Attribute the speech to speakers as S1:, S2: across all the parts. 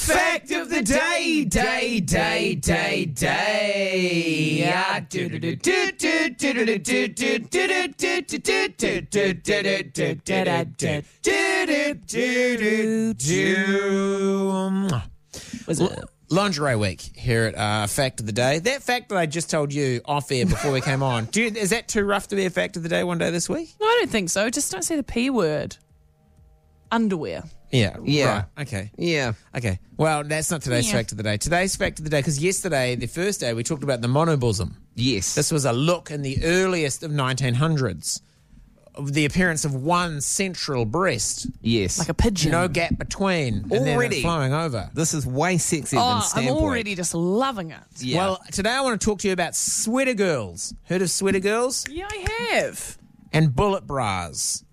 S1: fact of the day, day, day, day, day. Ah, do-do-do-do-do-do-do-do-do-do-do-do-do-do-do.
S2: Was it?
S1: Lingerie week here at uh, Fact of the Day. That fact that I just told you off air before we came on, do you, is that too rough to be a fact of the day one day this week?
S2: No, I don't think so. Just don't say the P word. Underwear.
S1: Yeah.
S3: Yeah.
S1: Right. Okay.
S3: Yeah.
S1: Okay. Well, that's not today's
S2: Yeah.
S1: fact of the day. Today's fact of the day, because yesterday, the first day, we talked about the monobosm.
S3: Yes.
S1: This was a look in the earliest of 1900s of the appearance of one central breast,
S3: yes.
S2: Like a pigeon.
S1: no gap between, and then it
S3: Hmm. Already.
S1: flowing over.
S3: this is way sexier than
S2: Oh, I'm
S3: standpoint.
S2: already just loving it.
S3: Yeah.
S1: Well, today I want to talk to you about sweater girls. Heard of sweater girls?
S2: Yeah, I have.
S1: And bullet bras.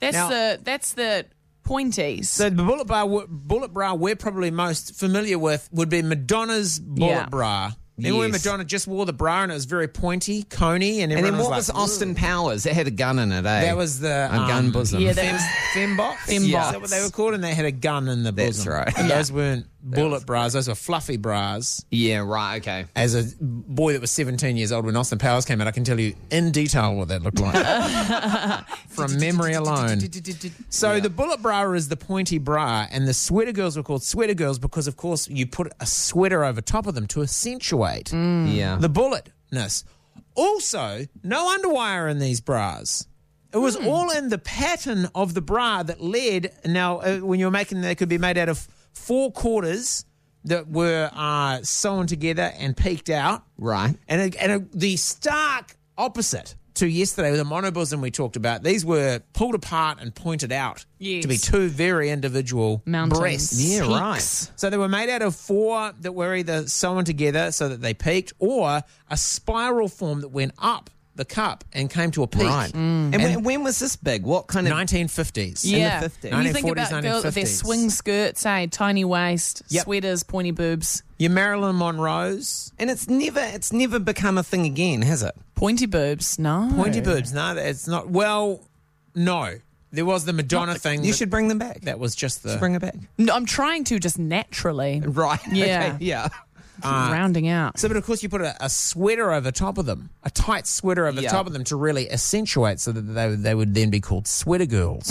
S2: That's
S1: Now-
S2: the that's the pointies.
S1: So the bullet bra, bullet bra we're probably most familiar with would be Madonna's bullet
S2: Yeah.
S1: bra. Remember when
S3: Yes.
S1: Madonna just wore the bra and it was very pointy, coney, and
S3: and
S1: everyone
S3: then what was
S1: was like,
S3: Austin Powers? It had a gun in it, eh?
S1: That was um, the
S3: a gun bosom.
S2: yeah,
S1: Fem,
S2: that was
S1: fembox.
S2: Fembox.
S1: Is that what they were called? And they had a gun in the bosom.
S3: That's right.
S1: And Those weren't bullet bras. Those were fluffy bras.
S3: Yeah, right, okay.
S1: As a boy that was 17 years old when Austin Powers came out, I can tell you in detail what that looked like from memory alone. So the bullet bra is the pointy bra, and the sweater girls were called sweater girls because, of course, you put a sweater over top of them to accentuate
S3: Yeah.
S1: Mm. the bulletness. Also, no underwire in these bras. It
S2: Hmm.
S1: was all in the pattern of the bra that led. Now, uh, when you're making, they could be made out of four quarters that were uh, sewn together and peaked out.
S3: right.
S1: And, a, and a, the stark opposite to yesterday with the monobosom we talked about, these were pulled apart and pointed out
S2: Yes.
S1: to be two very individual
S2: mountains.
S1: breasts.
S3: Yeah,
S2: peaks.
S1: So they were made out of four that were either sewn together so that they peaked, or a spiral form that went up the cup and came to a peak.
S3: Right.
S1: Mm.
S3: And, when, when was this big? What kind of
S1: 1950s.
S2: Yeah,
S3: 50s.
S2: when you think about
S1: 1940s,
S2: girls with their
S1: 1950s.
S2: swing skirts, eh? Tiny waist,
S1: Yep.
S2: sweaters, pointy boobs,
S1: Your Marilyn Monroe's
S3: And it's never it's never become a thing again, has it?
S2: pointy boobs. No,
S1: pointy boobs. No, it's not. Well, no. There was the Madonna thing.
S3: You
S1: that-
S3: should bring them back.
S1: That was just the.
S3: bring it back.
S2: No, I'm trying to just naturally
S3: Right.
S2: Yeah.
S3: Okay. Yeah.
S2: rounding out.
S1: Uh, So, but of course, you put a, a sweater over top of them, a tight sweater over
S3: Yeah.
S1: top of them to really accentuate, so that they they would then be called sweater girls.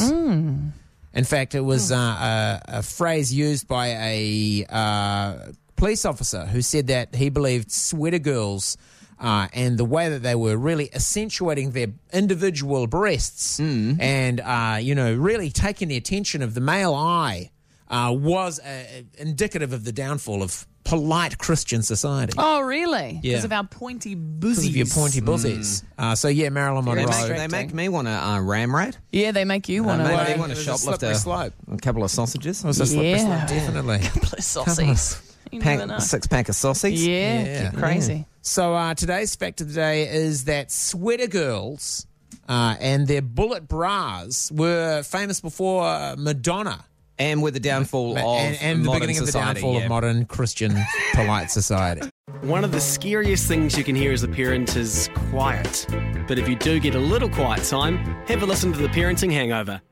S1: In fact, it was uh, a, a phrase used by a uh, police officer who said that he believed sweater girls. Uh, and the way that they were really accentuating their individual breasts and, uh, you know, really taking the attention of the male eye uh, was uh, indicative of the downfall of polite Christian society
S2: Oh, really?
S1: Yeah.
S2: Because of our pointy
S1: because
S2: boozies.
S1: of your pointy buzzies. Uh, so yeah, Marilyn
S3: They
S1: Monroe.
S3: make, they make me want to uh, ram raid.
S2: Yeah, they make you want
S3: They
S1: Well, it
S3: make me
S2: to.
S3: want to
S1: was a
S3: shoplift
S1: slippery slope.
S3: a couple of sausages.
S1: It's a slippery
S2: Yeah.
S1: slope, definitely.
S2: saucies. You never know.
S3: Pack, six pack of sausage.
S2: Yeah,
S1: Yeah.
S2: keep crazy.
S1: So uh, today's fact of the day is that sweater girls uh, and their bullet bras were famous before uh, Madonna.
S3: And with the downfall of
S1: and and the
S3: modern
S1: beginning of the
S3: society,
S1: downfall
S3: yeah.
S1: of modern Christian polite society.
S4: One of the scariest things you can hear as a parent is quiet. But if you do get a little quiet time, have a listen to The Parenting Hangover.